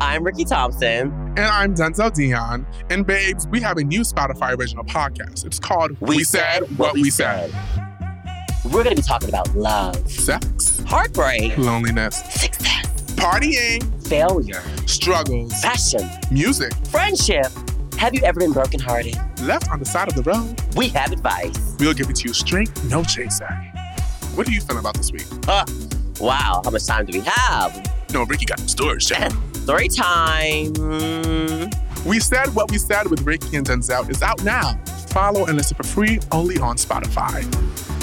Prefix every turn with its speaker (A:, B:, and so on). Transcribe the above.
A: I'm Ricky Thompson.
B: And I'm Denzel Dion. And babes, we have a new Spotify original podcast. It's called We, Said What We Said.
A: We're going to be talking about love,
B: Sex,
A: heartbreak,
B: loneliness,
A: success,
B: partying,
A: failure,
B: struggles,
A: passion,
B: music,
A: friendship. Have you ever been brokenhearted?
B: left on the side of the road.
A: We have advice.
B: We'll give it to you straight, no chase at. What are you feeling about this week?
A: Huh. Wow, how much time do we have?
B: No, Ricky got the stories. Jack.
A: Story time.
B: we Said What We Said with Ricky and Denzel is out now. Follow and listen for free only on Spotify.